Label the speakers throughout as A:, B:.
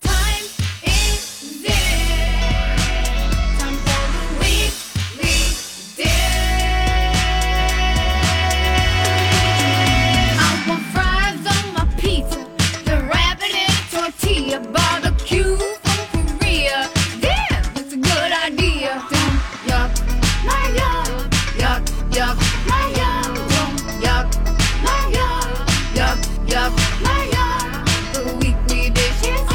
A: time is it? Time for the weekly dish. I want fries on my pizza, the rabbit and tortilla, barbecue from Korea. Damn, that's a good idea. Yum, yuck, my yuck, yuck, yuck, my yuck. Yum, yuck, my yuck, yuck, yuck, my yuck. The weekly dish is on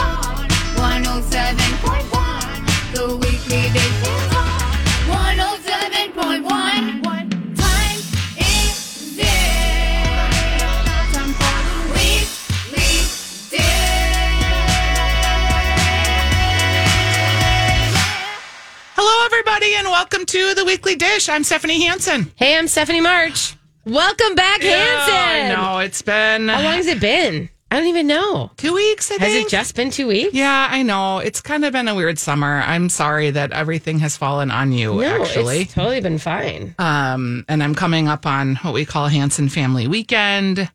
A: 107.1. The weekly dish is on 107.1. What time is it? Time for the weekly dish.
B: Hello, everybody, and welcome to the Weekly Dish. I'm Stephanie Hansen.
C: Hey, I'm Stephanie March. Welcome back, Hanson.
B: Yeah, I know it's been
C: How long has it been? I don't even know.
B: two weeks. I
C: Has
B: think.
C: it just been two weeks?
B: Yeah, I know. It's kind of been a weird summer. I'm sorry that everything has fallen on you.
C: no,
B: actually,
C: it's totally been fine.
B: um, and I'm coming up on what we call Hanson Family Weekend,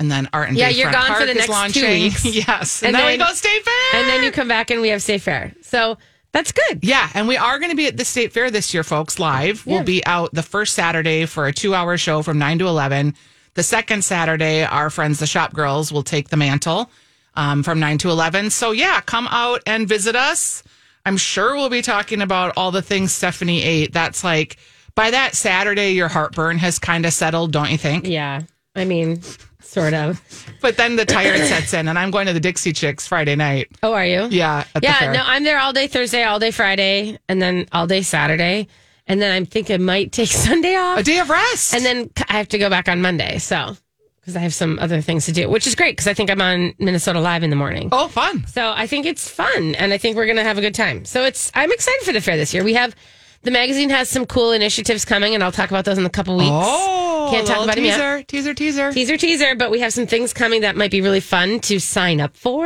B: and then Art and
C: Yeah,
B: Bayfront
C: you're gone for
B: Park
C: the
B: is
C: next two
B: launching.
C: weeks.
B: yes, and,
C: And
B: then,
C: then-
B: we go State Fair,
C: and then you come back and we have Safe Fair. So that's good.
B: Yeah, and we are going to be at the state fair this year, folks, live. We'll
C: Yeah.
B: be out the first Saturday for a two hour show from 9 to 11. The second Saturday, our friends, the Shop Girls, will take the mantle um, from 9 to 11. So, yeah, come out and visit us. I'm sure we'll be talking about all the things Stephanie ate. That's like by that Saturday, your heartburn has kind of settled, don't you think?
C: Yeah. I mean, sort of.
B: But then the tired sets in, and I'm going to the Dixie Chicks Friday night.
C: Oh, are you?
B: Yeah, at the
C: Yeah,
B: fair.
C: no, I'm there all day Thursday, all day Friday, and then all day Saturday. And then I think I might take Sunday off.
B: a day of rest.
C: And then c- I have to go back on Monday. So, because I have some other things to do, which is great because I think I'm on Minnesota Live in the morning.
B: oh, fun.
C: So I think it's fun, and I think we're going to have a good time. So it's I'm excited for the fair this year. We have the magazine has some cool initiatives coming, and I'll talk about those in a couple weeks.
B: Oh,
C: Can't
B: a
C: talk
B: little
C: about 'em yet.
B: teaser, teaser, teaser.
C: Teaser, teaser, but we have some things coming that might be really fun to sign up for,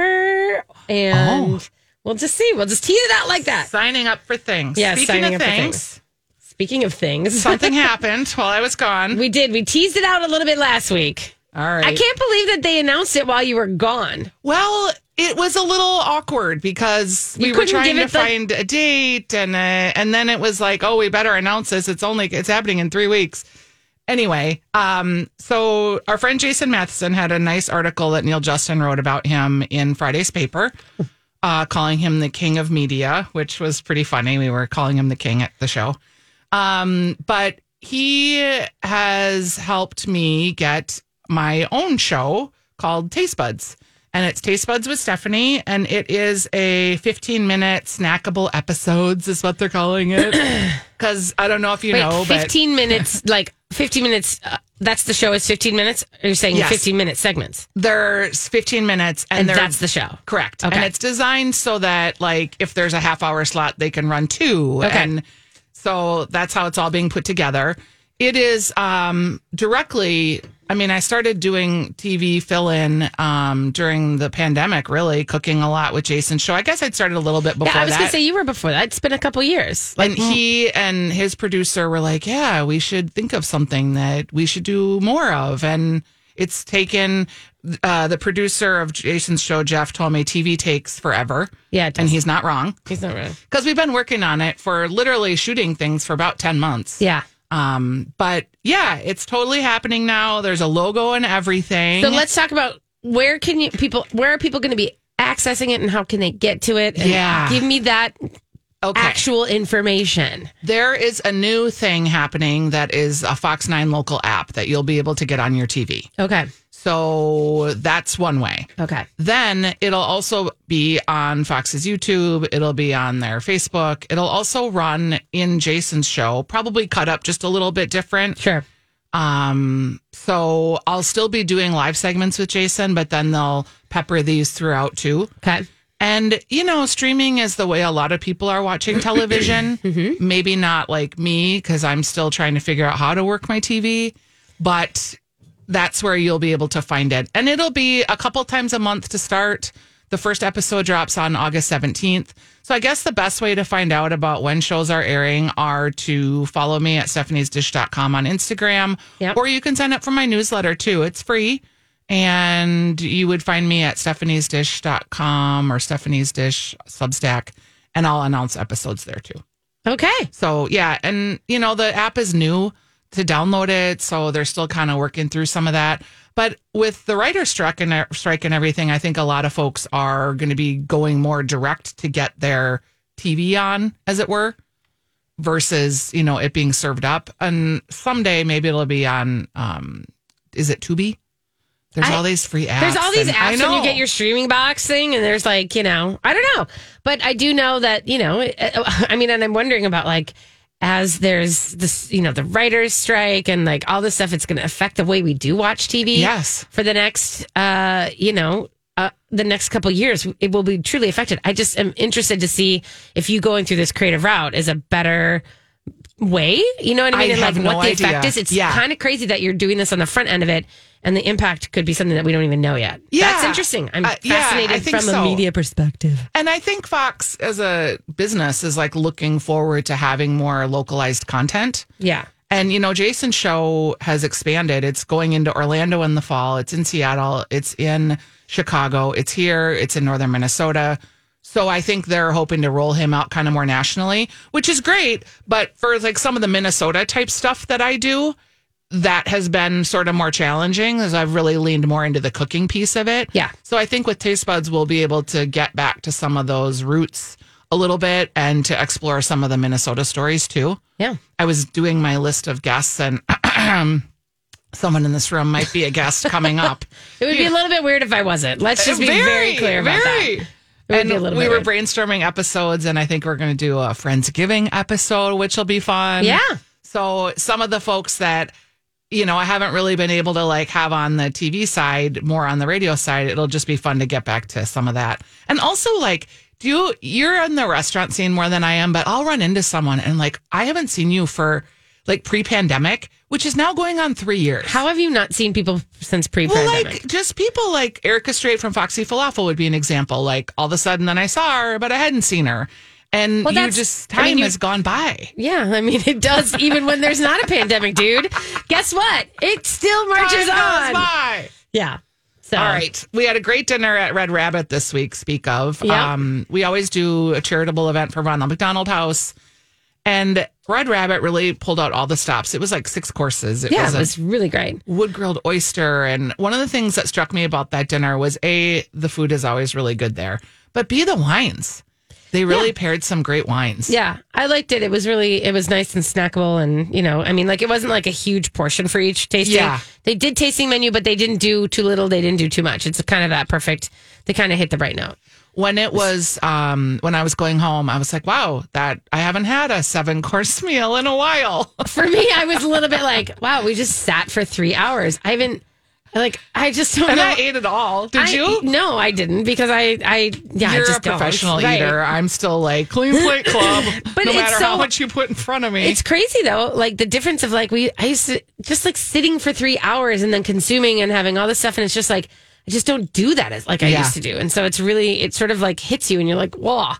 C: and
B: Oh.
C: we'll just see. We'll just tease it out like that.
B: signing up for things.
C: Yeah,
B: Speaking
C: signing
B: of
C: up for
B: things,
C: Speaking of things,
B: something happened while I was gone.
C: we did we teased it out a little bit last week.
B: All right.
C: I can't believe that they announced it while you were gone.
B: Well, it was a little awkward because we
C: You
B: were
C: couldn't
B: trying
C: give
B: to
C: it the-
B: find a date, and uh, and then it was like, oh, we better announce this. It's only it's happening in three weeks. Anyway, um, so our friend Jason Matheson had a nice article that Neil Justin wrote about him in Friday's paper, uh, calling him the king of media, which was pretty funny. We were calling him the king at the show. Um, but he has helped me get my own show called Taste Buds. And it's Taste Buds with Stephanie, and it is a 15 minute snackable episodes, is what they're calling it. Because I don't know if you
C: Wait,
B: know, but
C: 15 minutes, like 15 minutes. Uh, that's the show is 15 minutes. You're saying
B: Yes.
C: 15 minute segments,
B: there's 15 minutes, and,
C: and
B: they're-
C: that's the show.
B: Correct. And
C: Okay.
B: it's designed so that like if there's a half hour slot, they can run two.
C: Okay.
B: And so that's how it's all being put together. It is um directly I mean, I started doing TV fill in um during the pandemic, really, cooking a lot with Jason Show. I guess I'd started a little bit before
C: Yeah, I was
B: that.
C: gonna say you were before that. It's been a couple years.
B: and he and his producer were like, "Yeah, we should think of something that we should do more of." And it's taken. Uh, the producer of Jason's show, Jeff, told me TV takes forever.
C: Yeah, it does.
B: and he's not wrong
C: He's not really.
B: because we've been working on it for literally shooting things for about ten months.
C: Yeah.
B: Um, but yeah, it's totally happening now. There's a logo and everything.
C: So let's talk about where can you people? Where are people going to be accessing it and how can they get to it? And
B: Yeah.
C: Give me that
B: Okay.
C: actual information.
B: There is a new thing happening that is a Fox 9 local app that you'll be able to get on your TV.
C: Okay.
B: So that's one way.
C: Okay.
B: Then it'll also be on Fox's YouTube. It'll be on their Facebook. It'll also run in Jason's show, probably cut up just a little bit different.
C: Sure.
B: Um, so I'll still be doing live segments with Jason, but then they'll pepper these throughout too.
C: Okay.
B: And, you know, streaming is the way a lot of people are watching television. Maybe not like me, because I'm still trying to figure out how to work my TV, but that's where you'll be able to find it. And it'll be a couple times a month to start. The first episode drops on August 17th. So I guess the best way to find out about when shows are airing are to follow me at stephaniesdish.com on Instagram,
C: Yep.
B: or you can sign up for my newsletter too. It's free. And you would find me at stephaniesdish.com or Stephanie's Dish Substack, and I'll announce episodes there too.
C: Okay.
B: So yeah, and you know the app is new to download it, so they're still kind of working through some of that. But with the writer strike and e, strike and everything, I think a lot of folks are going to be going more direct to get their TV on, as it were, versus you know it being served up. And someday maybe it'll be on. Um, is it Tubi? There's
C: I-
B: all these free apps.
C: There's all these
B: and- I
C: apps when you
B: know.
C: get your streaming box thing, and there's like, you know, I don't know. But I do know that, you know, I mean, and I'm wondering about like, as there's this, you know, the writer's strike and like all this stuff, it's going to affect the way we do watch TV.
B: Yes.
C: For the next, uh, you know, uh, the next couple years, it will be truly affected. I just am interested to see if you going through this creative route is a better way. You know what I
B: I
C: mean? and like
B: have no
C: what the effect
B: idea.
C: is. It's
B: Yeah.
C: kind of crazy that you're doing this on the front end of it, and the impact could be something that we don't even know yet.
B: Yeah.
C: That's interesting. I'm
B: Uh, yeah, I
C: fascinated
B: think
C: from
B: so.
C: a media perspective.
B: And I think Fox as a business is like looking forward to having more localized content.
C: Yeah.
B: And you know, Jason's show has expanded. It's going into Orlando in the fall. It's in Seattle. It's in Chicago. It's here. It's in northern Minnesota. So I think they're hoping to roll him out kind of more nationally, which is great. But for like some of the Minnesota type stuff that I do, that has been sort of more challenging as I've really leaned more into the cooking piece of it.
C: Yeah.
B: So I think with Taste Buds, we'll be able to get back to some of those roots a little bit and to explore some of the Minnesota stories too.
C: Yeah.
B: I was doing my list of guests, and someone in this room might be a guest coming up.
C: It would be a little bit weird if I wasn't.
B: Uh,
C: Let's just be very, clear about that. would
B: And
C: be a little
B: we
C: bit
B: were
C: weird.
B: brainstorming episodes, and I think we're going to do a Friendsgiving episode, which will be fun.
C: Yeah.
B: So some of the folks that you know I haven't really been able to like have on the TV side, more on the radio side. It'll just be fun to get back to some of that, and also like. Do you, you're in the restaurant scene more than I am, but I'll run into someone and like, I haven't seen you for like pre pandemic, which is now going on three years.
C: How have you not seen people since
B: Well,
C: pre-pandemic?
B: like just people like Erica Strait from Foxy Falafel would be an example. Like all of a sudden, then I saw her, but I hadn't seen her, and
C: Well,
B: you
C: that's-
B: just time
C: I mean, you-
B: has gone by.
C: yeah, I mean it does even when there's not a pandemic, dude. Guess what? It still marches
B: Time goes
C: on.
B: by.
C: Yeah. So
B: All right, we had a great dinner at Red Rabbit this week. Speak of,
C: Yeah.
B: um, we always do a charitable event for Ronald McDonald House, and Red Rabbit really pulled out all the stops. It was like six courses. It
C: Yeah,
B: was
C: it
B: a
C: was really great.
B: wood grilled oyster. And one of the things that struck me about that dinner was A, the food is always really good there, but B, the wines. They really paired some great wines.
C: Yeah, I liked it. It was really, it was nice and snackable, and you know, I mean, like it wasn't like a huge portion for each tasting.
B: Yeah.
C: they did tasting menu, but they didn't do too little. They didn't do too much. It's kind of that perfect. They kind of hit the right note.
B: When it was, um, when I was going home, I was like, wow, that I haven't had a seven course meal in a while.
C: For me, I was a little bit like, wow, we just sat for three hours. I haven't, like, I just don't
B: and
C: know.
B: I ate it all. Did
C: I-
B: you?
C: No, I didn't because I, I, yeah, I
B: You're
C: just
B: a
C: don't.
B: professional
C: Right.
B: eater. I'm still like clean plate club.
C: But
B: no
C: it's
B: matter how
C: so-
B: much you put in front of me.
C: It's crazy though, like the difference of like we I used to just like sitting for three hours and then consuming and having all this stuff, and it's just like I just don't do that as like I
B: Yeah.
C: used to do, and so it's really it sort of like hits you, and you're like whoa,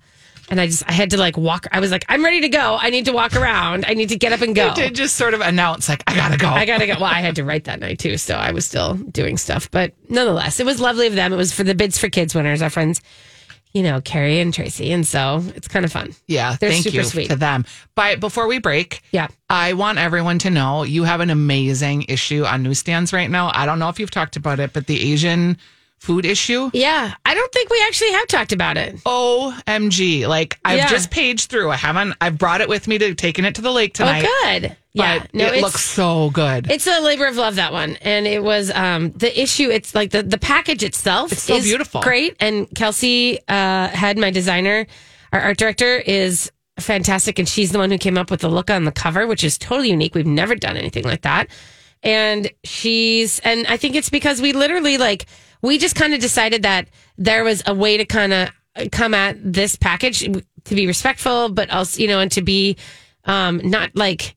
C: and I just I had to like walk. I was like I'm ready to go. I need to walk around. I need to get up and go.
B: You did just sort of announce like, I gotta go.
C: I gotta go. Well, I had to write that night too, so I was still doing stuff. But nonetheless, it was lovely of them. It was for the bids for kids winners, our friends, you know, Carrie and Tracy, and so it's kind of fun.
B: Yeah,
C: They're
B: thank
C: super
B: you
C: sweet.
B: to them. But before we break,
C: Yeah.
B: I want everyone to know you have an amazing issue on newsstands right now. I don't know if you've talked about it, but the Asian food issue.
C: Yeah, I don't think we actually have talked about it.
B: OMG. Like I've
C: Yeah.
B: just paged through. I haven't I've brought it with me to taking it to the lake tonight.
C: oh, good.
B: But
C: Yeah, no,
B: it
C: it's,
B: looks so good.
C: it's a labor of love that one, and it was um the issue. It's like the the package itself
B: so
C: is
B: beautiful.
C: great, and Kelsey uh had my designer, our art director is fantastic, and she's the one who came up with the look on the cover, which is totally unique. We've never done anything like that, and she's and I think it's because we literally like we just kind of decided that there was a way to kind of come at this package to be respectful, but also you know, and to be um not like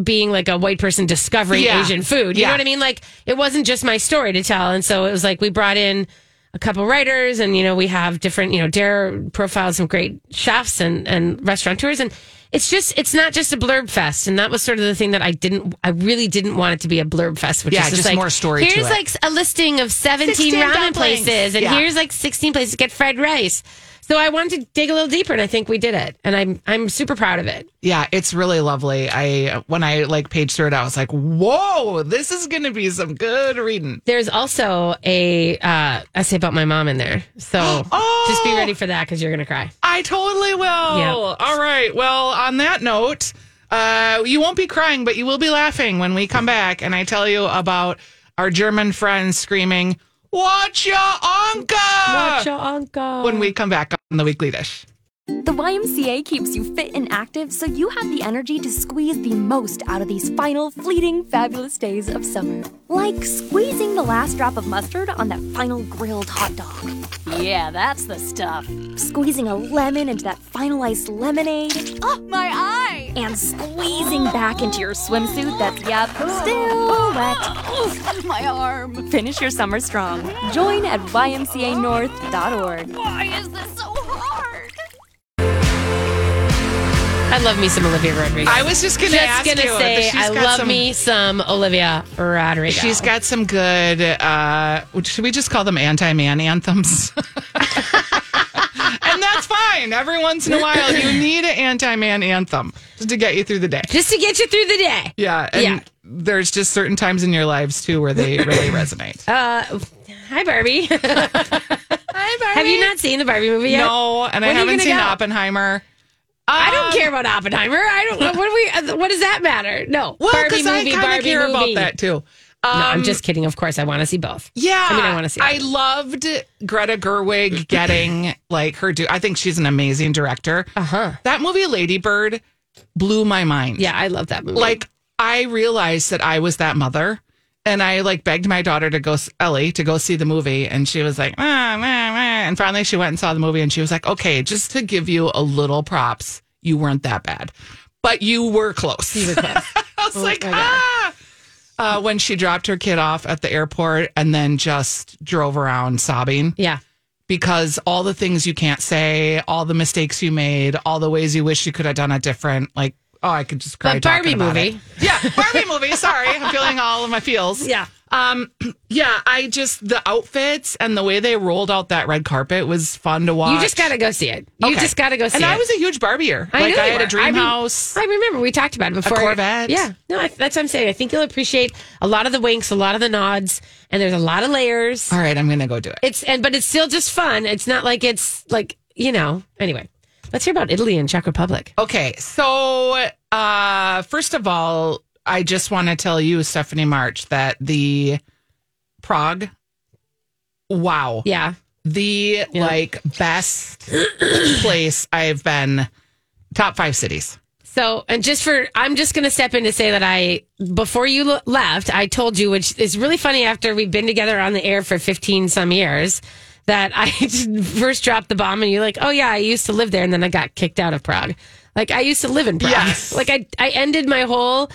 C: being like a white person discovering
B: Yeah.
C: Asian food. You
B: Yeah.
C: know what I mean? Like it wasn't just my story to tell. And so it was like we brought in a couple writers and you know, we have different, you know, Dare profiles some great chefs and, and restaurateurs and it's just it's not just a blurb fest. And that was sort of the thing that I didn't I really didn't want it to be a blurb fest, which
B: Yeah,
C: is just,
B: just
C: like
B: more story to
C: Here's
B: it.
C: like a listing of seventeen
B: 16
C: ramen
B: dumplings.
C: places and
B: Yeah.
C: here's like sixteen places to get fried rice. So I wanted to dig a little deeper and I think we did it. And I'm I'm super proud of it.
B: yeah, it's really lovely. I when I like paged through it, I was like, whoa, this is gonna be some good reading.
C: There's also a uh, essay about my mom in there, so
B: Oh!
C: just be ready for that because you're gonna cry.
B: I totally will.
C: Yep.
B: All right. Well, on that note, uh, you won't be crying, but you will be laughing when we come back and I tell you about our German friends screaming, Watch your uncle! Uh, when we come back on the weekly dish.
D: The YMCA keeps you fit and active so you have the energy to squeeze the most out of these final, fleeting, fabulous days of summer. Like squeezing the last drop of mustard on that final grilled hot dog. Yeah, that's the stuff. Squeezing a lemon into that final iced lemonade. Oh, my eye! And squeezing back into your swimsuit that's, yep, still wet.
E: My arm.
D: Finish your summer strong. Join at ymcanorth.org.
E: Why is this so hard?
C: I love me some Olivia Rodrigo.
B: I was just gonna ask
C: just gonna
B: you,
C: say
B: she's
C: I
B: got
C: love
B: some-
C: me some Olivia Rodrigo.
B: She's got some good. Uh, should we just call them anti-man anthems? and that's fine. Every once in a while, you need an anti-man anthem just to get you through the day.
C: just to get you through the day.
B: Yeah, and
C: Yeah.
B: there's just certain times in your lives too where they really resonate.
C: Oh, Uh, Hi Barbie. Hi Barbie. Have you not seen the Barbie movie yet?
B: no, uh, and I
C: When are you
B: haven't
C: gonna
B: seen
C: go?
B: Oppenheimer.
C: I don't care about Oppenheimer. I don't. What do we? uh, What does that matter? No.
B: Well,
C: Barbie
B: because I
C: movie,
B: kind of
C: Barbie
B: care
C: movie.
B: about that too.
C: no, I'm just kidding. Of course, I want to see both.
B: Yeah.
C: I mean, I wanna see it.
B: I loved Greta Gerwig getting like her do I think she's an amazing director. Uh-huh. That movie Lady Bird blew my mind.
C: Yeah, I love that movie.
B: Like I realized that I was that mother and I like begged my daughter to go Ellie to go see the movie and she was like, "Ah, meh, meh." and finally she went and saw the movie and she was like, "Okay, just to give you a little props, you weren't that bad." But you were close.
C: You were close. Oh
B: I was like,
C: my God.
B: ah. Uh, when she dropped her kid off at the airport and then just drove around sobbing
C: yeah.
B: because all the things you can't say, all the mistakes you made, all the ways you wish you could have done it different. Like, oh, I could just cry.
C: But Barbie
B: talking about
C: movie.
B: it. Yeah, Barbie movie. Sorry, I'm feeling all of my feels.
C: Yeah.
B: Um, yeah, I just, the outfits and the way they rolled out that red carpet was fun to watch.
C: You just got to go see it. You
B: Okay.
C: just got to go see
B: And
C: it.
B: I was a huge Barbier.
C: I
B: like,
C: know
B: I
C: you
B: had
C: were.
B: a dream
C: I rem-
B: house.
C: I remember we talked about it before.
B: Corvette.
C: Yeah. No, I, that's what I'm saying. I think you'll appreciate a lot of the winks, a lot of the nods, and there's a lot of layers.
B: all right, I'm going to go do it.
C: It's and but it's still just fun. It's not like it's like you know. Anyway, let's hear about Italy and Czech Republic.
B: Okay, so uh, first of all, I just want to tell you, Stephanie March, that the Prague, wow,
C: Yeah.
B: the like best place I've been. Top five cities.
C: So, and just for, I'm just going to step in to say that I, before you l- left, I told you, which is really funny after we've been together on the air for 15 some years, that I just first dropped the bomb and you're like, oh yeah, I used to live there. And then I got kicked out of Prague. Like I used to live in Prague.
B: Yes.
C: Like I, I ended my whole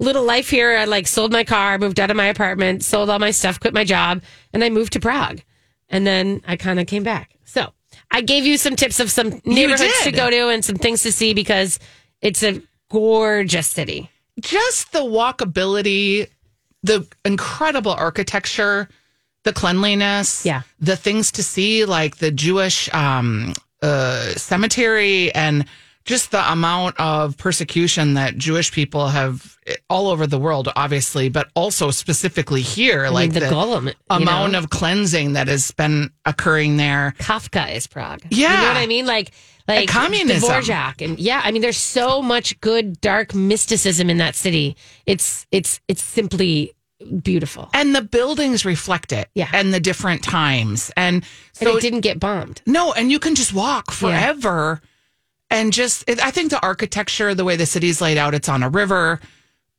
C: little life here. I like sold my car, moved out of my apartment, sold all my stuff, quit my job, and I moved to Prague. And then I kind of came back. So I gave you some tips of some neighborhoods to
B: did.
C: go to and some things to see because it's a gorgeous city.
B: Just the walkability, the incredible architecture, the cleanliness,
C: Yeah.
B: the things to see, like the Jewish um, uh, cemetery and just the amount of persecution that Jewish people have eh, all over the world, obviously, but also specifically here,
C: I mean,
B: like
C: the, golem you
B: amount
C: know?
B: of cleansing that has been occurring there.
C: Kafka is Prague. you
B: Yeah.
C: know what I mean. Like like
B: communism.
C: Dvorak, and yeah, I mean, there's so much good dark mysticism in that city. It's it's it's simply beautiful.
B: And the buildings reflect it.
C: Yeah.
B: And the different times. And so
C: and it didn't get bombed.
B: No, and you can just walk forever and just it, I think the architecture, the way the city's laid out, it's on a river.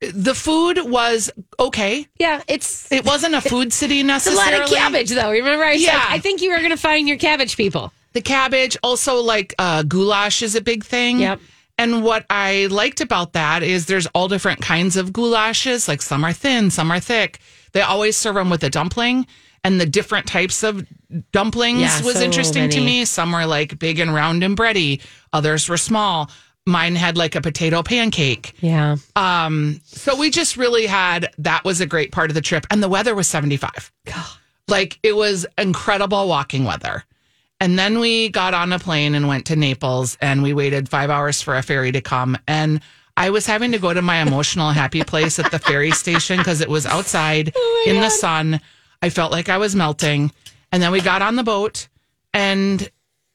B: The food was okay.
C: Yeah, it's
B: It wasn't a food city
C: It's a lot
B: necessarily.
C: of cabbage, though. Remember, I said,
B: Yeah.
C: I think you are going to find your cabbage people.
B: The cabbage, also like uh, goulash is a big thing.
C: Yep.
B: And what I liked about that is there's all different kinds of goulashes. Like some are thin, some are thick. They always serve them with a dumpling, and the different types of dumplings
C: Yeah,
B: was
C: so
B: interesting to
C: many.
B: me. Some were like big and round and bready. Others were small. Mine had like a potato pancake.
C: Yeah.
B: So we just really had that was a great part of the trip. And the weather was 75. Like it was incredible walking weather. And then we got on a plane and went to Naples and we waited five hours for a ferry to come. And I was having to go to my emotional happy place at the ferry station because it was outside
C: Oh
B: in the sun. I felt like I was melting. And then we got on the boat and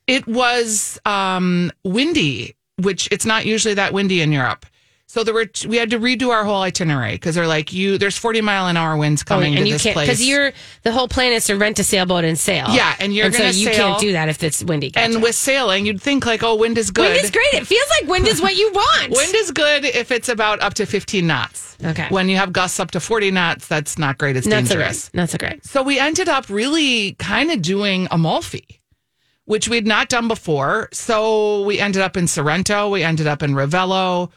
B: it was um, windy, which it's not usually that windy in Europe. So there were we had to redo our whole itinerary because they're like you. There's 40 mile an hour winds coming
C: Oh, and
B: to
C: you
B: this
C: can't
B: place.
C: because you're the whole plan is to rent a sailboat and sail.
B: Yeah, and you're
C: so
B: gonna
C: you
B: sail-
C: can't do that if it's windy. Gotcha.
B: and with sailing, you'd think like, oh, wind is good.
C: wind is great. It feels like wind is what you want.
B: Wind is good if it's about up to 15 knots.
C: Okay.
B: When you have gusts up to 40 knots, that's not great. It's
C: not so
B: dangerous.
C: great. Not so great.
B: So we ended up really kind of doing Amalfi, which we'd not done before. So we ended up in Sorrento. We ended up in Ravello.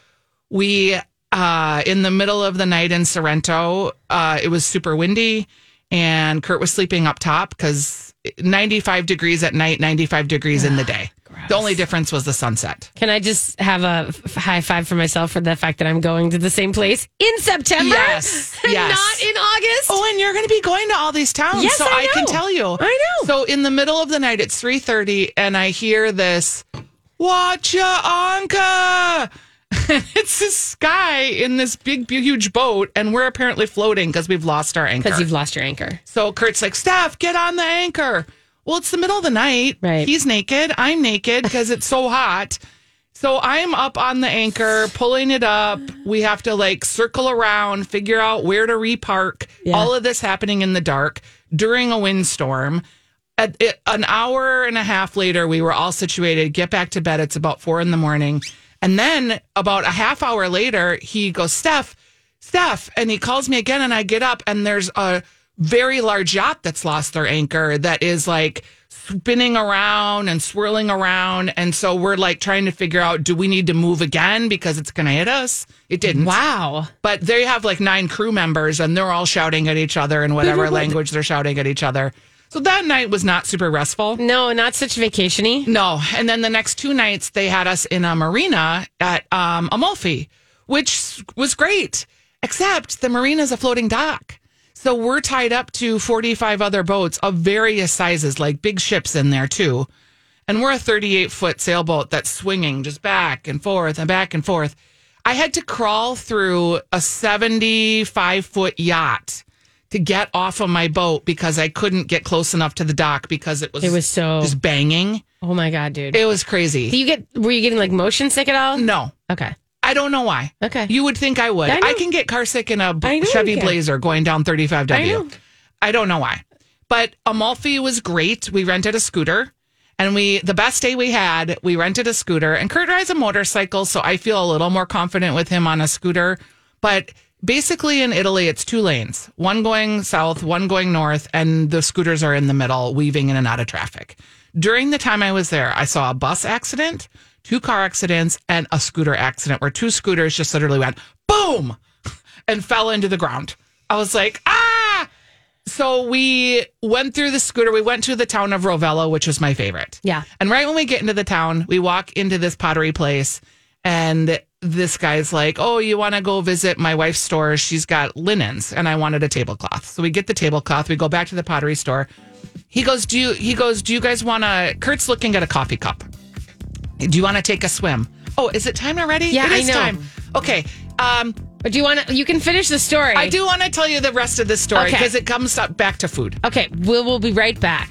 B: We, uh, in the middle of the night in Sorrento, uh, it was super windy and Kurt was sleeping up top because 95 degrees at night, 95 degrees in the day. The only difference was the sunset.
C: Can I just have a f- high five for myself for the fact that I'm going to the same place in September?
B: Yes,
C: and
B: yes.
C: Not in August.
B: Oh, and you're going to be going to all these towns,
C: Yes,
B: so
C: I
B: I, can
C: know.
B: tell you.
C: I know.
B: So in the middle of the night, it's three thirty, and I hear this "Watcha Anka." it's this guy in this big, bu- huge boat, and we're apparently floating because we've lost our anchor.
C: Because you've lost your anchor.
B: So Kurt's like, "Steph, get on the anchor." Well, it's the middle of the night.
C: Right.
B: He's naked. I'm naked because it's so hot. So I'm up on the anchor, pulling it up. We have to like circle around, figure out where to repark. All of this happening in the dark during a windstorm. At, it, an hour and a half later, we were all situated. Get back to bed. It's about four in the morning, and then about a half hour later, he goes, "Steph, Steph," and he calls me again, and I get up, and there's a very large yacht that's lost their anchor that is like spinning around and swirling around. And so we're like trying to figure out do we need to move again because it's going to hit us? It didn't.
C: Wow.
B: But they have like nine crew members and they're all shouting at each other in whatever language they're shouting at each other. So that night was not super restful.
C: No, not such vacationy.
B: No. And then the next two nights, they had us in a marina at um, Amalfi, which was great, except the marina's a floating dock. So we're tied up to 45 other boats of various sizes, like big ships in there too. And we're a 38 foot sailboat that's swinging just back and forth and back and forth. I had to crawl through a 75 foot yacht to get off of my boat because I couldn't get close enough to the dock because it was
C: It was so-
B: just banging.
C: Oh my god, dude.
B: It was crazy.
C: Do you get? Were you getting like motion sick at all?
B: no,
C: Okay.
B: I don't know why.
C: Okay.
B: You would think I would.
C: I
B: I,
C: know.
B: can get car sick in a b-
C: I know you
B: Chevy
C: can.
B: Blazer going down 35W.
C: I know.
B: I don't know why. But Amalfi was great. We rented a scooter and we, the best day we had, we rented a scooter and Kurt rides a motorcycle. So I feel a little more confident with him on a scooter. But basically in Italy, it's two lanes, one going south, one going north, and the scooters are in the middle, weaving in and out of traffic. During the time I was there, I saw a bus accident, two car accidents, and a scooter accident where two scooters just literally went boom and fell into the ground. I was like, ah. So we went through the scooter. We went to the town of Rovello, which was my favorite.
C: Yeah.
B: And right when we get into the town, we walk into this pottery place, and this guy's like, "Oh, you want to go visit my wife's store? She's got linens, and I wanted a tablecloth." So we get the tablecloth. We go back to the pottery store. He goes, "Do you?" He goes, "Do you guys want to?" Kurt's looking at a coffee cup. Do you want to take a swim? Oh, is it time already?
C: Yeah,
B: it
C: I
B: is
C: know.
B: time. Okay. Um,
C: Or do you want to? You can finish the story.
B: I do want to tell you the rest of the story
C: Okay.
B: because it comes up back to food.
C: Okay, we'll, we'll be right back.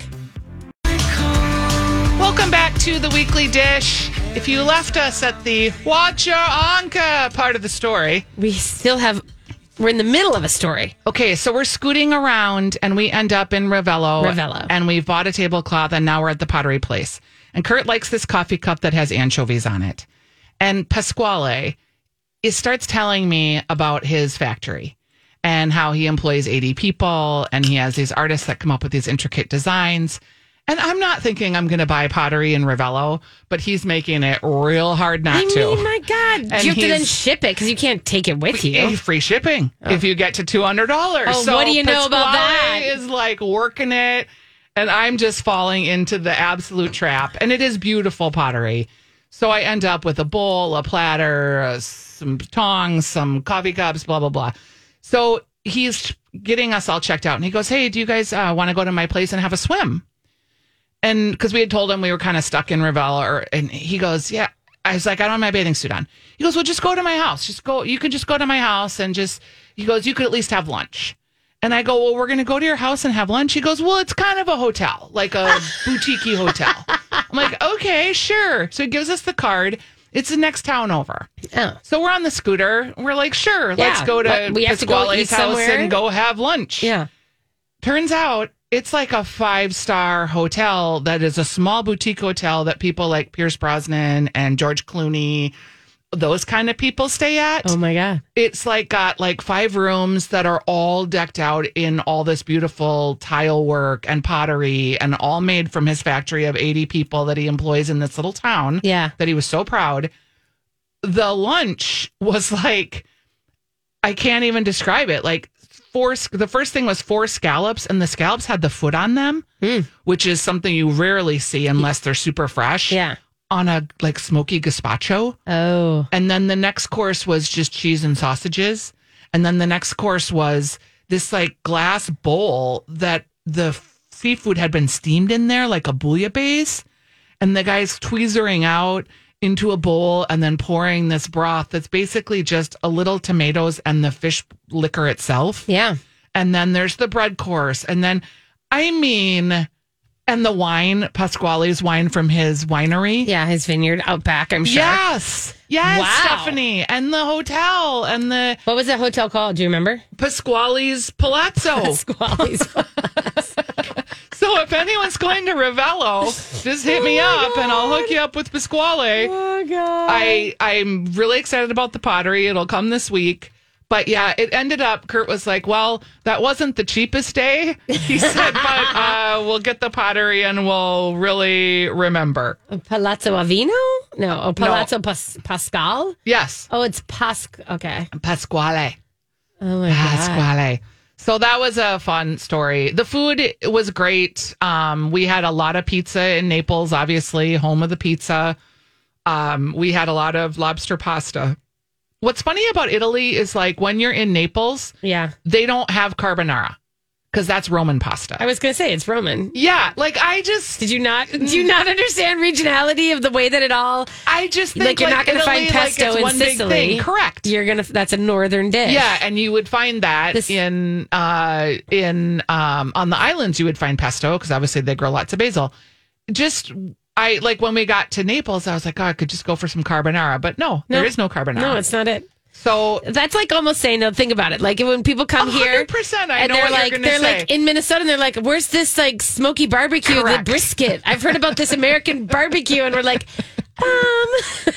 B: Welcome back to the weekly dish. If you left us at the "Watch Your Anka" part of the story,
C: We still have. We're in the middle of a story.
B: okay, so we're scooting around and we end up in Ravello.
C: Ravello.
B: and we bought a tablecloth, and now we're at the Pottery Place. And Kurt likes this coffee cup that has anchovies on it. And Pasquale, he starts telling me about his factory and how he employs 80 people and he has these artists that come up with these intricate designs. And I'm not thinking I'm going to buy pottery in Ravello, but he's making it real hard not
C: I
B: to.
C: mean, my God,
B: And
C: you have to then
B: he's-
C: ship it because you can't take it with
B: Eh,
C: you.
B: Free shipping if you get to two hundred dollars.
C: Oh, what do you know about that?
B: Is like working it, and I'm just falling into the absolute trap. And it is beautiful pottery, so I end up with a bowl, a platter, uh, some tongs, some coffee cups, blah blah blah. So he's getting us all checked out, and he goes, "Hey, do you guys uh, want to go to my place and have a swim?" and because we had told him we were kind of stuck in Ravello, or, and he goes, "Yeah." I was like, "I don't have my bathing suit on." He goes, "Well, just go to my house. Just go. You can just go to my house and just." He goes, "You could at least have lunch." And I go, "Well, we're going to go to your house and have lunch." He goes, "Well, it's kind of a hotel, like a boutiquey hotel." I'm like, "Okay, sure." So he gives us the card. It's the next town over.
C: Oh.
B: So we're on the scooter. We're like, "Sure, let's
C: Yeah,
B: go to
C: but we have to go
B: Pasquale's
C: eat
B: house
C: somewhere.
B: and go have lunch."
C: Yeah.
B: Turns out it's like a five star hotel that is a small boutique hotel that people like Pierce Brosnan and George Clooney, those kind of people stay at.
C: Oh my God.
B: It's like got like five rooms that are all decked out in all this beautiful tile work and pottery and all made from his factory of 80 people that he employs in this little town
C: Yeah.
B: that he was so proud. The lunch was like, I can't even describe it. Like four, the first thing was four scallops, and the scallops had the foot on them,
C: Hmm.
B: which is something you rarely see unless they're super fresh.
C: Yeah.
B: on a like smoky gazpacho,
C: Oh.
B: and then the next course was just cheese and sausages, and then the next course was this like glass bowl that the seafood had been steamed in there like a bouillabaisse and the guy's tweezering out into a bowl and then pouring this broth that's basically just a little tomatoes and the fish liquor itself.
C: Yeah.
B: And then there's the bread course. And then, I mean, and the wine, Pasquale's wine from his winery.
C: Yeah. His vineyard out back, I'm sure.
B: Yes. Yes,
C: Wow.
B: Stephanie. And the hotel and the
C: What was that hotel called? Do you remember?
B: Pasquale's Palazzo.
C: Squally's.
B: so if anyone's going to Ravello, just hit me up and I'll hook you up with Pasquale.
C: oh, God.
B: I I'm really excited about the pottery. It'll come this week. But yeah, it ended up. Kurt was like, "Well, that wasn't the cheapest day." He said, "But uh, we'll get the pottery and we'll really remember."
C: Palazzo Avino? No. Oh, Palazzo Pas- Pascal?
B: Yes,
C: Oh, it's Pasc. Okay.
B: Pasquale.
C: Oh, my God.
B: Pasquale. So that was a fun story. The food was great. Um, we had a lot of pizza in Naples, obviously, home of the pizza. Um, we had a lot of lobster pasta. What's funny about Italy is like when you're in Naples,
C: Yeah.
B: they don't have carbonara because that's Roman
C: I
B: pasta.
C: was going to say it's Roman.
B: Yeah, like I just,
C: Did you not? Do you not understand regionality of the way that it all?
B: I just think
C: like you're not going to find
B: Italy, like,
C: pesto
B: it's
C: in
B: one big
C: Sicily.
B: thing. correct?
C: You're gonna. That's a northern dish.
B: Yeah, and you would find that
C: This-
B: in uh, in um, on the islands. You would find pesto because obviously they grow lots of basil. Just I like when we got to Naples, I was like, oh, I could just go for some carbonara, but no, there is no carbonara.
C: No, it's not it.
B: so
C: That's like almost saying no. Think about it. Like when people come here,
B: 100%, I
C: and
B: know
C: they're
B: what you're
C: like
B: gonna
C: they're
B: say.
C: like in Minnesota, and they're like, "Where's this like smoky barbecue,
B: Correct.
C: the brisket?" I've heard about this American barbecue, and we're like, um,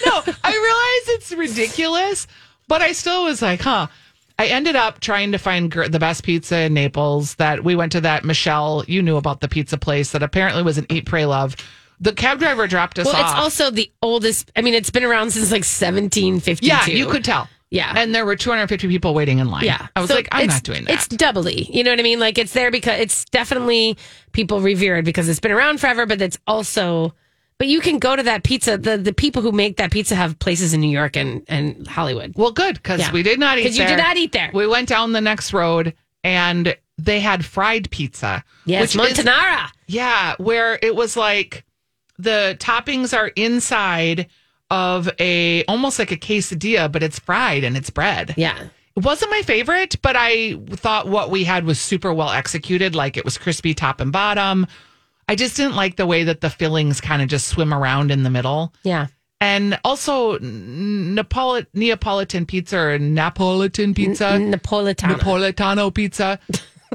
B: no, I realize it's ridiculous, but I still was like, huh. I ended up trying to find gr- the best pizza in Naples. That we went to that Michelle, you knew about the pizza place that apparently was an eat, pray, love. The cab driver dropped us
C: Well,
B: off.
C: it's also the oldest. I mean, it's been around since like 1752.
B: yeah, you could tell.
C: Yeah.
B: and there were 250 people waiting in line.
C: Yeah.
B: I was
C: So
B: like, I'm
C: it's-
B: not doing that.
C: It's doubly. You know what I mean? Like it's there because it's definitely people revere it because it's been around forever, but it's also but you can go to that pizza. The the people who make that pizza have places in New York and, and Hollywood.
B: Well, good because
C: Yeah.
B: we did not eat
C: 'Cause you did
B: there.
C: not eat there.
B: We went down the next road and they had fried pizza.
C: Yes,
B: which is-
C: Montanara.
B: yeah, where it was like the toppings are inside of a almost like a quesadilla, but it's fried and it's bread.
C: Yeah.
B: It wasn't my favorite, but I thought what we had was super well executed. Like it was crispy top and bottom. I just didn't like the way that the fillings kind of just swim around in the middle.
C: Yeah.
B: And also, n- Napoli- Neapolitan pizza or Napolitan pizza,
C: Napolitano.
B: Napolitano pizza,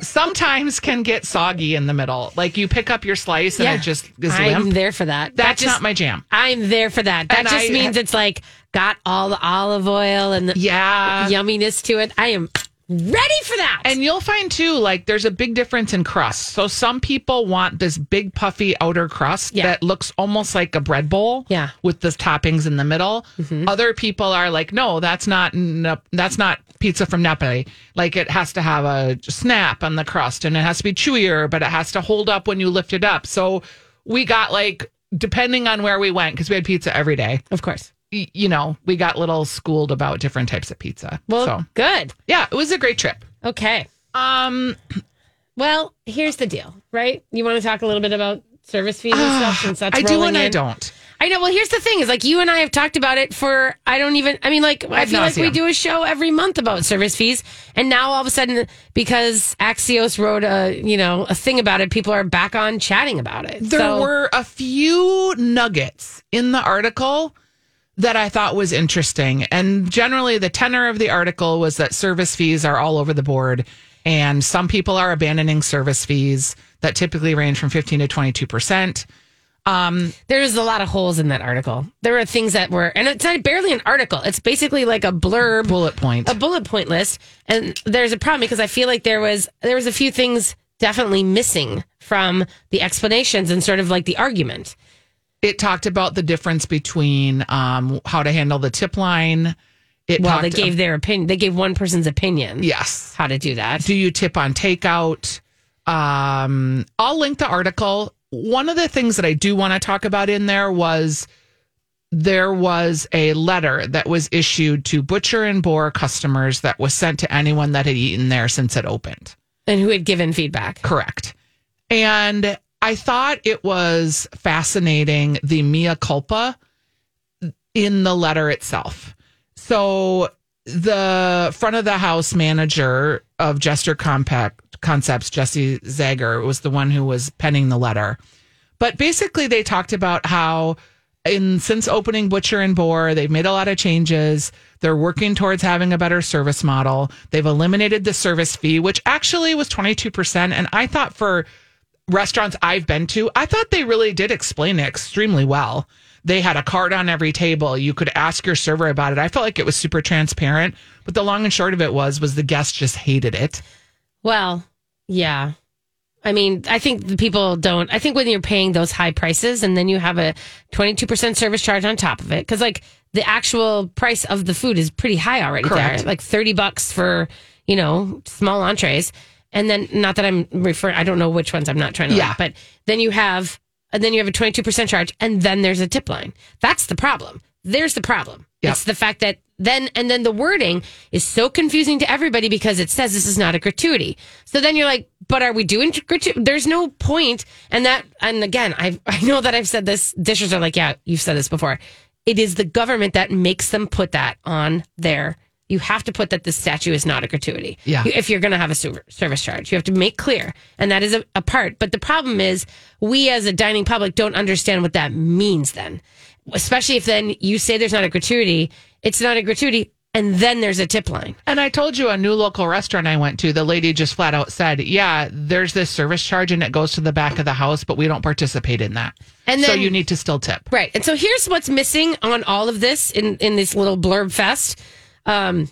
B: sometimes can get soggy in the middle. Like you pick up your slice and
C: Yeah.
B: it just is
C: I'm
B: limp.
C: there for that. That
B: That's
C: just,
B: not my jam.
C: I'm there for that. That
B: And
C: just
B: I-
C: means it's like got all the olive oil and the
B: Yeah.
C: yumminess to it. I am ready for that.
B: And you'll find too, like there's a big difference in crust. So some people want this big puffy outer crust
C: Yeah.
B: that looks almost like a bread bowl,
C: Yeah. Mm-hmm.
B: with the toppings in the middle. Other people are like, no, that's not Nap- that's not pizza from Napoli. Like it has to have a snap on the crust, and it has to be chewier, but it has to hold up when you lift it up. So we got like depending on where we went because we had pizza every day.
C: of course.
B: y- You know, we got little schooled about different types of pizza.
C: Well,
B: so
C: good.
B: yeah, it was a great trip.
C: Okay.
B: Um,
C: Well, here's the deal, right? You want to talk a little bit about service fees and stuff since that's
B: I do
C: rolling
B: and
C: in?
B: I don't.
C: I know. Well, here's the thing: is like you and I have talked about it for. I don't even. I mean, like I
B: Ad
C: feel like we
B: nauseam.
C: do a show every month about service fees, and now all of a sudden, because Axios wrote a you know a thing about it, people are back on chatting about it.
B: There
C: So-
B: were a few nuggets in the article that I thought was interesting. And generally, the tenor of the article was that service fees are all over the board, and some people are abandoning service fees that typically range from 15 to 22%.
C: there was a lot of holes in that article. There were things that were, and it's not barely an article. It's basically like a blurb
B: Bullet point.
C: a bullet point list and there's a problem because i feel like there was there was a few things definitely missing from the explanations and sort of like the argument
B: It talked about the difference between um, how to handle the tip line. It
C: well
B: talked
C: they gave their opinion they gave one person's opinion
B: yes.
C: how to do that
B: do you tip on takeout? Um, I'll link the article. One of the things that I do want to talk about in there was there was a letter that was issued to butcher and boar customers that was sent to anyone that had eaten there since it opened.
C: and who had given feedback
B: Correct. And I thought it was fascinating the mea culpa in the letter itself. So the front of the house manager of Jester Compact Concepts, Jesse Zager, was the one who was penning the letter. But basically, they talked about how, in since opening Butcher and Boar, they've made a lot of changes. They're working towards having a better service model. They've eliminated the service fee, which actually was twenty two percent. And I thought for restaurants I've been to, I thought they really did explain it extremely well. They had a card on every table. You could ask your server about it. I felt like it was super transparent. But the long and short of it was, was the guests just hated it.
C: well yeah i mean i think the people don't i think when you're paying those high prices and then you have a 22% service charge on top of it because like the actual price of the food is pretty high already
B: Correct.
C: there like 30 bucks for you know small entrees and then not that i'm referring i don't know which ones i'm not trying to
B: Yeah.
C: yeah. but then you have and then you have a 22% charge and then there's a tip line that's the problem there's the problem
B: Yep.
C: it's the fact that then and then the wording is so confusing to everybody because it says this is not a gratuity so then you're like but are we doing gratuity there's no point and that and again i i know that i've said this dishers are like yeah you've said this before it is the government that makes them put that on their you have to put that the statue is not a gratuity.
B: Yeah.
C: You- If you're going to have a su- service charge, you have to make clear. And that is a, a part. But the problem is, we as a dining public don't understand what that means then. Especially if then you say there's not a gratuity, it's not a gratuity, and then there's a tip line.
B: And I told you a new local restaurant I went to, the lady just flat out said, Yeah, there's this service charge and it goes to the back of the house, but we don't participate in that.
C: And
B: so
C: then-
B: you need to still tip.
C: Right. And so here's what's missing on all of this in, in this little blurb fest. Um,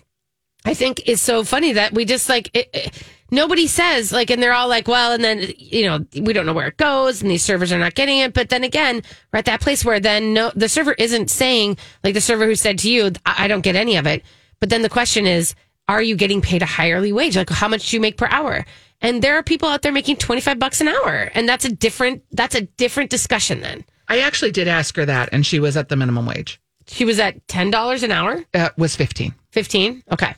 C: I think is so funny that we just like it, it- nobody says like, and they're all like, well, and then you know we don't know where it goes, and these servers are not getting it. But then again, we're at that place where then no, the server isn't saying like the server who said to you, I, I don't get any of it. But then the question is, are you getting paid a hourly wage? Like how much do you make per hour? And there are people out there making twenty five bucks an hour, and that's a different that's a different discussion. Then
B: I actually did ask her that, and she was at the minimum wage.
C: she was at ten dollars an hour,
B: It was 15.
C: fifteen. Okay,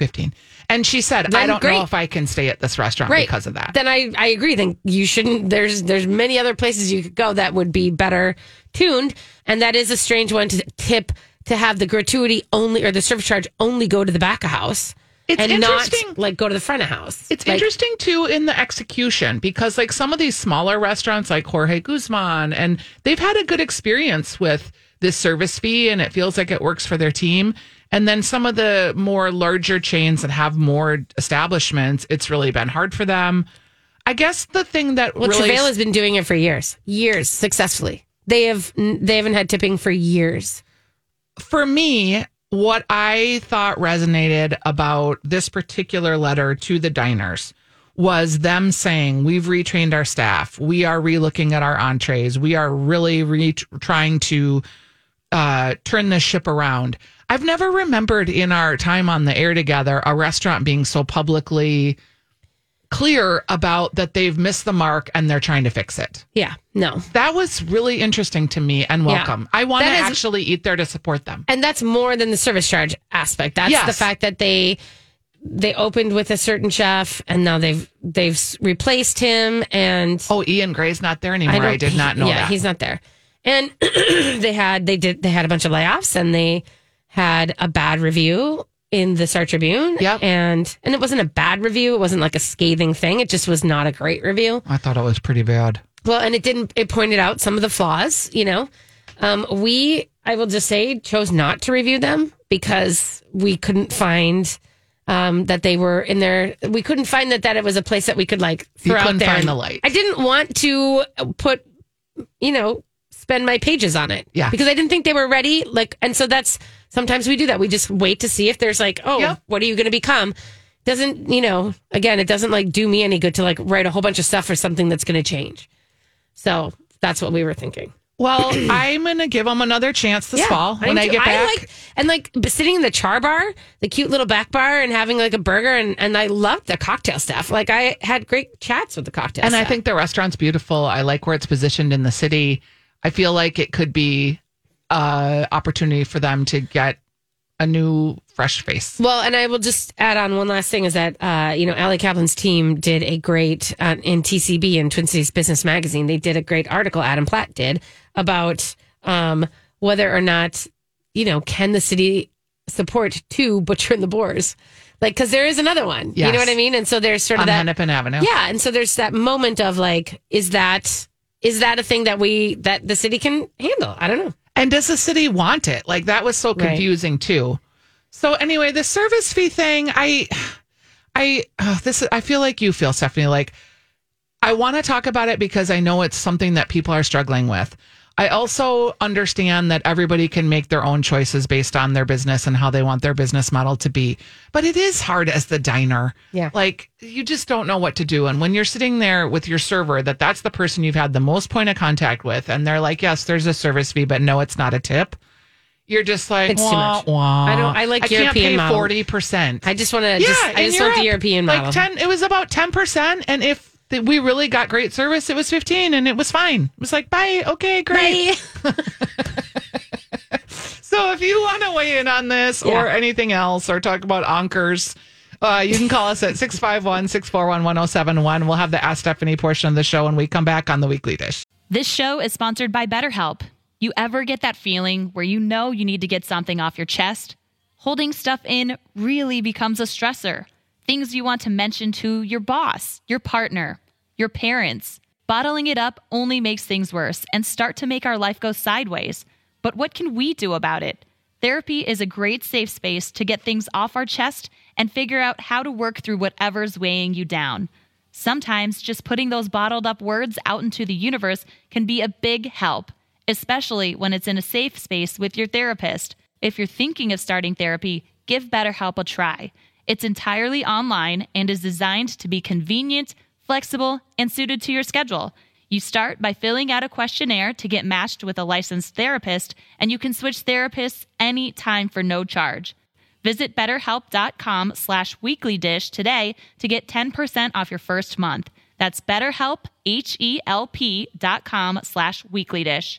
B: 15. And she said, I
C: Then
B: don't
C: great.
B: know if I can stay at this restaurant
C: Right.
B: because of that.
C: Then I, I agree. Then you shouldn't. There's there's many other places you could go that would be better tuned, and that is a strange one to tip to have the gratuity only or the service charge only go to the back of house
B: It's
C: and
B: interesting.
C: not like go to the front of house.
B: It's
C: Like,
B: interesting too in the execution because like some of these smaller restaurants like Jorge Guzman and they've had a good experience with this service fee and it feels like it works for their team. And then some of the more larger chains that have more establishments, it's really been hard for them. I guess the thing that
C: Well,
B: really
C: Travail has been doing it for years, years successfully. They have n- they haven't had tipping for years.
B: for me, what I thought resonated about this particular letter to the diners was them saying, We've retrained our staff. We are re looking at our entrees. We are really re- trying to uh, turn this ship around. I've never remembered in our time on the air together a restaurant being so publicly clear about that they've missed the mark and they're trying to fix it.
C: Yeah, no,
B: That was really interesting to me and
C: Yeah.
B: welcome. I want to
C: That is-
B: actually eat there to support them.
C: and that's more than the service charge aspect. That's
B: Yes.
C: the fact that they they opened with a certain chef, and now they've they've s- replaced him, and
B: Oh, Ian Gray's not there anymore. I,
C: don't-
B: did not know
C: yeah,
B: that.
C: he's not there. And they had they did they had a bunch of layoffs, and they had a bad review in the Star Tribune.
B: Yep.
C: and and it wasn't a bad review. It wasn't like a scathing thing. It just was not a great review.
B: I thought it was pretty bad.
C: Well, and it didn't. It pointed out some of the flaws. You know, um, we I will just say chose not to review them because we couldn't find um, that they were in there. We couldn't find that that it was a place that we could like
B: You
C: throw out
B: couldn't
C: there.
B: find
C: and-
B: the light.
C: I didn't want to put, you know, spend my pages on it.
B: Yeah.
C: because I didn't think they were ready. Like, and so that's sometimes we do that. We just wait to see if there's like, oh,
B: Yep.
C: what are you going to become? Doesn't you know? Again, it doesn't like do me any good to like write a whole bunch of stuff for something that's going to change. So that's what we were thinking.
B: Well, I'm going to give him another chance this fall when
C: I'm
B: I,
C: too-
B: get back.
C: like and like b- sitting in the char bar, the cute little back bar, and having like a burger, and and I loved the cocktail stuff. Like I had great chats with the cocktail.
B: and I
C: staff.
B: think the restaurant's beautiful. I like where it's positioned in the city. I feel like it could be a opportunity for them to get a new fresh face.
C: Well, and I will just add on one last thing is that, uh, you know, Allie Kaplan's team did a great, uh, in TCB, in Twin Cities Business Magazine, they did a great article, Adam Platt did, about um, whether or not, you know, can the city support two Butcher and the Boars? Like, because there is another one. You
B: Yes.
C: know what I mean? And so there's sort of
B: On
C: that.
B: Hennepin Avenue.
C: Yeah, and so there's that moment of like, is that is that a thing that we that the city can handle? I don't know.
B: And does the city want it? Like that was so
C: Right.
B: confusing too. So anyway, the service fee thing, I, I, oh, this I feel like you feel Stephanie. Like I want to talk about it because I know it's something that people are struggling with. I also understand that everybody can make their own choices based on their business and how they want their business model to be. But it is hard as the diner.
C: Yeah.
B: Like you just don't know what to do. And when you're sitting there with your server, that that's the person you've had the most point of contact with, and they're like, yes, there's a service fee, but no, it's not a tip. You're just like,
C: It's too
B: "Wah,
C: much.
B: wah."
C: I don't- I like
B: can't
C: European
B: pay
C: model.
B: 40%.
C: I just want to. just, I
B: in
C: just want the
B: Europe,
C: European model.
B: Like ten, it was about ten percent, and if th- we really got great service, it was fifteen, and it was fine. It was like, bye, okay, great.
C: Bye.
B: So if you want to weigh in on this or anything else, or talk about onkers. Uh, you can call us at 651 641 1071. We'll have the Ask Stephanie portion of the show when we come back on the Weekly Dish.
F: This show is sponsored by BetterHelp. You ever get that feeling where you know you need to get something off your chest? Holding stuff in really becomes a stressor. Things you want to mention to your boss, your partner, your parents. Bottling it up only makes things worse and start to make our life go sideways. But what can we do about it? Therapy is a great safe space to get things off our chest and figure out how to work through whatever's weighing you down. Sometimes just putting those bottled up words out into the universe can be a big help, especially when it's in a safe space with your therapist. If you're thinking of starting therapy, give BetterHelp a try. It's entirely online and is designed to be convenient, flexible, and suited to your schedule. You start by filling out a questionnaire to get matched with a licensed therapist, and you can switch therapists anytime for no charge. Visit betterhelp.com slash weeklydish today to get 10% off your E first month. That's betterhelp, H-E-L-P dot com slash weeklydish.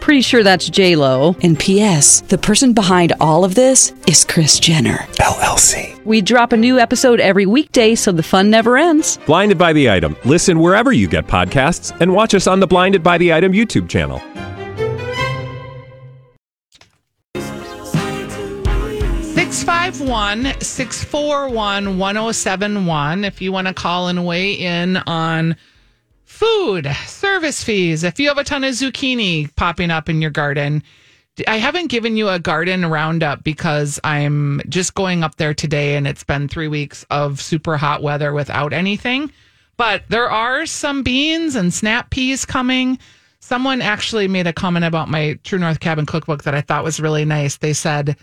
G: Pretty sure that's J Lo.
H: And P.S. The person behind all of this is Chris Jenner
I: LLC.
G: We drop a new episode every weekday, so the fun never ends.
I: Blinded by the Item. Listen wherever you get podcasts, and watch us on the Blinded by the Item YouTube channel.
B: Six five one six four one one zero seven one. If you want to call and weigh in on food, service fees, if you have a ton of zucchini popping up in your garden, I haven't given you a garden roundup because I'm just going up there today and it's been three weeks of super hot weather without anything. But there are some beans and snap peas coming. Someone actually made a comment about my True North Cabin cookbook that I thought was really nice. They said,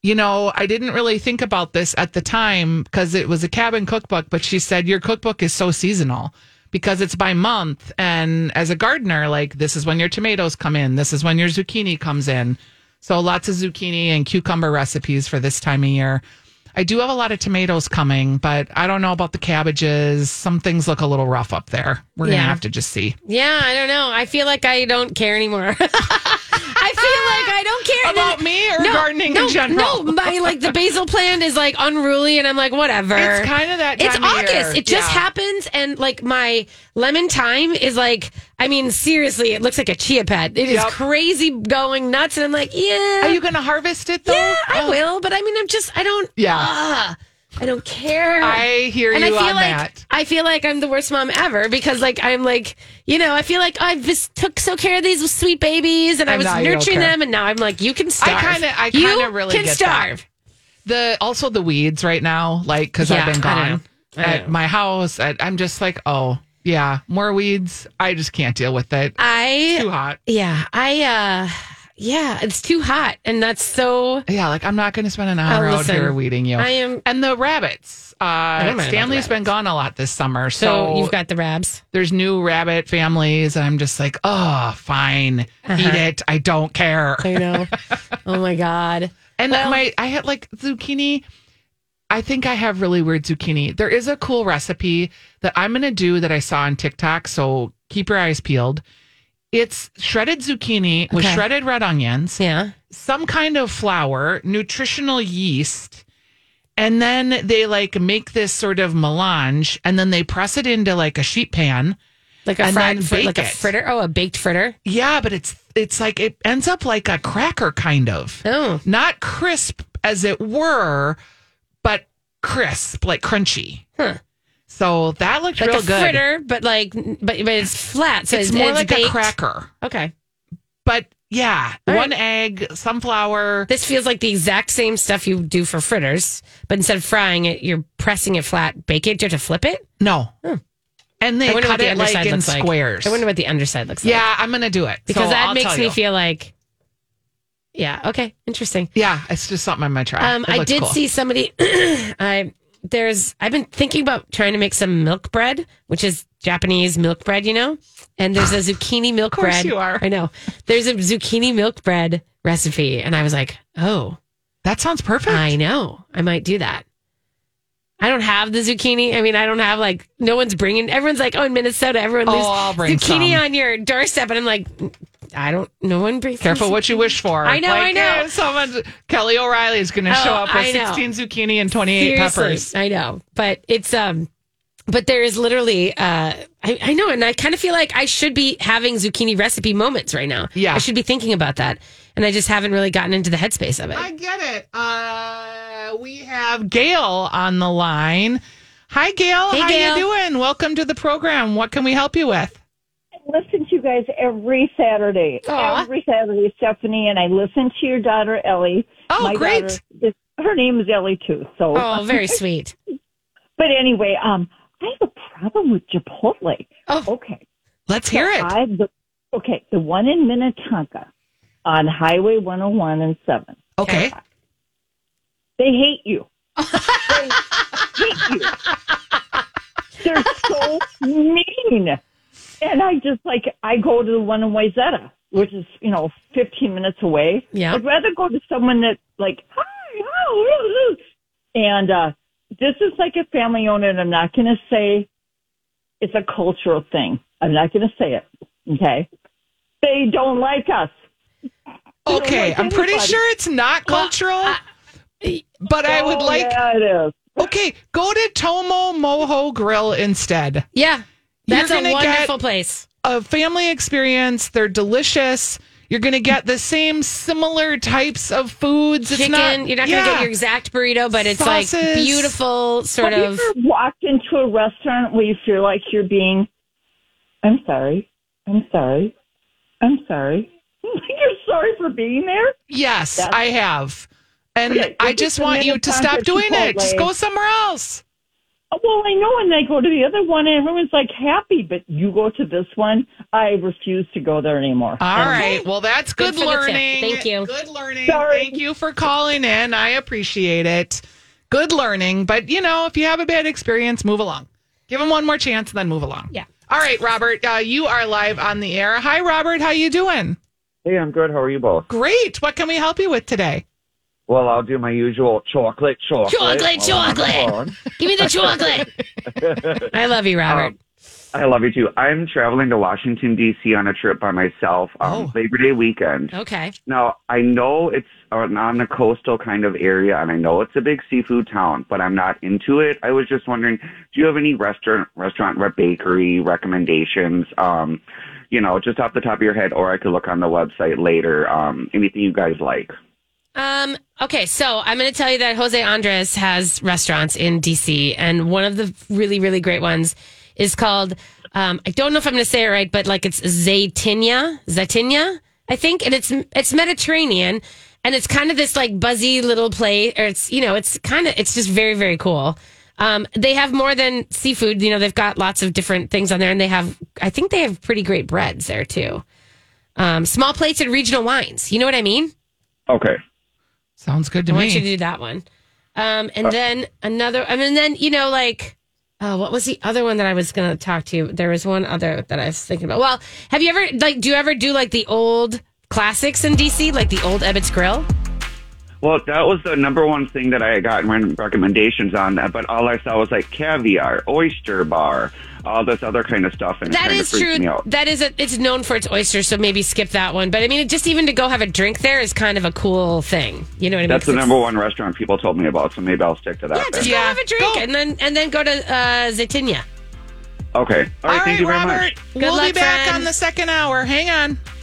B: you know, I didn't really think about this at the time because it was a cabin cookbook, but she said, Your cookbook is so seasonal because it's by month. And as a gardener, like, this is when your tomatoes come in, this is when your zucchini comes in. So lots of zucchini and cucumber recipes for this time of year. I do have a lot of tomatoes coming, but I don't know about the cabbages. Some things look a little rough up there. We're going
C: Yeah.
B: to have to just see.
C: Yeah, I don't know. I feel like I don't care anymore. I feel like I don't care And
B: About
C: then-
B: me or gardening in
C: no,
B: general?
C: No, my like the basil plant is like unruly, and I'm like whatever.
B: It's kinda that
C: It's
B: time of
C: August.
B: year.
C: It just
B: Yeah.
C: happens, and like my lemon thyme is like. I mean, seriously, it looks like a chia pet. It is
B: Yep.
C: crazy, going nuts, and I'm like, yeah,
B: Are you going to harvest it though?
C: yeah, I
B: Oh.
C: will. But I mean, I'm just, I don't,
B: Yeah.
C: ah, I don't care.
B: I hear
C: and
B: you
C: I feel
B: on
C: like
B: that.
C: I feel like I'm the worst mom ever because like I'm like you know I feel like oh, I just took so care of these sweet babies and I
B: And
C: was
B: now you don't
C: nurturing
B: care.
C: them and now I'm like you can starve.
B: kinda- I
C: You
B: kinda really
C: can
B: get that.
C: starve.
B: the also the weeds right now, like because
C: Yeah,
B: I've been
C: I
B: gone
C: know. I
B: at
C: know.
B: my house. I, I'm just like, oh yeah, more weeds. I just can't deal with it.
C: I
B: Too hot.
C: yeah I uh yeah it's too hot and that's so
B: Yeah, like I'm not going to spend an hour out
C: Oh, listen,
B: here weeding you.
C: I am-
B: and the rabbits.
C: don't mind
B: Uh,
C: about the
B: Stanley's been gone a lot this summer,
C: so,
B: so,
C: you've got the rabs.
B: there's new rabbit families, and I'm just like, oh, fine,
C: Uh-huh.
B: eat it. I don't care.
C: I know. oh my god.
B: And then my I had like zucchini. I think I have really weird zucchini. There is a cool recipe that I'm gonna do that I saw on TikTok. So keep your eyes peeled. It's shredded zucchini with
C: Okay.
B: shredded red onions,
C: Yeah.
B: some kind of flour, nutritional yeast, and then they like make this sort of melange, and then they press it into like a sheet pan.
C: Like a
B: And
C: fried
B: then
C: fr-
B: bake
C: like a
B: it.
C: fritter. Oh, a baked fritter.
B: Yeah, but it's it's like it ends up like a cracker kind of.
C: Oh.
B: Not crisp as it were, but crisp, like crunchy.
C: Huh.
B: So that looked
C: Like
B: real
C: a
B: good.
C: fritter, but like but, but it's flat, so
B: It's,
C: it's,
B: more
C: it's
B: like
C: baked.
B: a cracker.
C: Okay.
B: But yeah,
C: All right.
B: one egg, sunflower.
C: This feels like the exact same stuff you do for fritters, but instead of frying it, you're pressing it flat, bake it, do you have to flip it?
B: No. And they
C: Hmm. I wonder what
B: cut
C: the
B: it
C: underside
B: like in
C: looks
B: squares.
C: like. I wonder what the underside looks like.
B: yeah, I'm going to do it.
C: Because
B: So
C: that
B: I'll
C: makes
B: tell
C: me
B: you.
C: feel like Yeah, okay. Interesting.
B: Yeah, it's just something I'm going to try.
C: Um
B: It
C: I
B: looks
C: did
B: cool.
C: see somebody I there's I've been thinking about trying to make some milk bread, which is Japanese milk bread, you know? And there's a zucchini milk
B: course
C: bread.
B: you are.
C: I know. There's a zucchini milk bread recipe and I was like, "Oh,
B: That sounds perfect.
C: I know. I might do that. I don't have the zucchini. I mean, I don't have like no one's bringing. Everyone's like, oh, in Minnesota, everyone
B: Oh,
C: leaves
B: I'll bring
C: zucchini
B: some.
C: on your doorstep, and I'm like, I don't. No one brings.
B: Careful
C: zucchini.
B: what you wish for.
C: I know, I know.
B: eh, Someone, Kelly O'Reilly is going to show
C: Oh,
B: up
C: I
B: with
C: know.
B: 16 zucchini and 28
C: Seriously,
B: peppers.
C: I know, but it's um, but there is literally uh, I, I know, and I kind of feel like I should be having zucchini recipe moments right now.
B: Yeah.
C: I should be thinking about that, and I just haven't really gotten into the headspace of it.
B: I get it. Uh, we have Gail on the line. Hi, Gail.
C: Hey,
B: How
C: Gail.
B: you doing? Welcome to the program. What can we help you with?
J: listen to you guys every Saturday.
C: Aw.
J: Every Saturday, Stephanie, and I listen to your daughter Ellie.
B: Oh,
J: My
B: great.
J: daughter is- her name is Ellie too. So,
C: oh, very sweet.
J: but anyway, um, I have a problem with Chipotle.
C: Oh.
J: okay.
B: Let's hear it.
J: I the, okay, the one in Minnetonka on Highway 101 and 7.
B: okay.
J: They hate you. they hate you. They're so mean. and I just like I go to the one in Wayzata, which is you know 15 minutes away.
C: Yeah.
J: I'd rather go to someone that like hi, hi, woo, woo." and uh, this is like a family owned, and I'm not going to say it's a cultural thing. I'm not going to say it. Okay, they don't like us.
B: Okay,
J: like
B: I'm pretty
J: anybody.
B: sure it's not cultural, but I would
J: Oh,
B: like.
J: yeah, it is.
B: Okay, go to Tomo Moho Grill instead.
C: Yeah. That's
B: You're
C: a
B: gonna
C: wonderful
B: get
C: place.
B: a family experience. They're delicious. You're going to get the same similar types of foods.
C: Chicken. you're not going to
B: yeah.
C: get your exact burrito, but it's like
B: Sauces.
C: beautiful sort
J: Have
C: of.
J: you ever walked into a restaurant where you feel like you're being? I'm sorry. I'm sorry. I'm sorry. you're sorry for being there.
B: Yes,
J: That's-
B: I have. And
J: Okay,
B: I
J: this
B: just
J: is
B: want you to
J: Minnetonka
B: stop doing it. Just
J: Chipotle.
B: go somewhere else.
J: Oh, Well, I know, and I go to the other one, and everyone's like happy, but you go to this one. I refuse to go there anymore.
B: All
J: And-
B: right. Well, that's good,
C: Good for the tip.
B: learning.
C: Thank you.
B: Good learning.
J: Sorry.
B: Thank you for calling in. I appreciate it. Good learning. But, you know, if you have a bad experience, move along. Give them one more chance and then move along.
C: Yeah.
B: All right, Robert. Uh, you are live on the air. Hi, Robert. How you doing?
K: Hey, I'm good. How are you both?
B: Great. What can we help you with today?
K: Well, I'll do my usual chocolate, chocolate.
C: Chocolate,
K: while I'm on the
C: chocolate. Give me the chocolate. I love you, Robert.
K: phone. Um, I love you too. I'm traveling to Washington D.C. on a trip by myself um,
C: Oh.
K: Labor Day weekend.
C: okay.
K: Now, I know it's an on the coastal kind of area, and I know it's a big seafood town, but I'm not into it. I was just wondering, do you have any restaurant, restaurant, or bakery recommendations? Um, you know, just off the top of your head, or I could look on the website later. Um, anything you guys like?
C: Um, okay, so I'm going to tell you that Jose Andres has restaurants in DC, and one of the really, really great ones is called, um, I don't know if I'm going to say it right, but like it's Zaytinya, Zaytinya, I think, and it's it's Mediterranean, and it's kind of this like buzzy little place, or it's you know, it's kind of it's just very, very cool. Um, they have more than seafood, you know, they've got lots of different things on there, and they have, I think they have pretty great breads there too. Um, small plates and regional wines, you know what I mean?
K: Okay.
B: Sounds good to
C: I
B: me.
C: want you to do that one. Um,
K: Uh.
C: and then another, I mean, then, you know, like, oh, what was the other one that I was going to talk to you? There was one other that I was thinking about. Well, have you ever, like, do you ever do like the old classics in DC, like the old Ebbets Grill?
K: Well, that was the number one thing that I got my recommendations on that, but all I saw was like caviar, oyster bar, Uh, all this other kind of stuff, and it
C: That
K: kind
C: is
K: of freaked
C: true.
K: me out.
C: That is, a, it's known for its oysters, so maybe skip that one. But I mean, just even to go have a drink there is kind of a cool thing. You know what I mean?
K: That's the
C: 'Cause it's-
K: number one restaurant people told me about, so maybe I'll stick to that.
C: Yeah, just
K: then.
C: go
B: Yeah.
C: have a drink
B: Go.
C: and then and then go to uh, Zaytinya.
K: Okay. All right.
B: All
K: thank
B: right,
K: you very
B: Robert.
K: much.
B: we'll
C: Good
B: be
C: luck,
B: back
C: friend.
B: on the second hour. Hang on.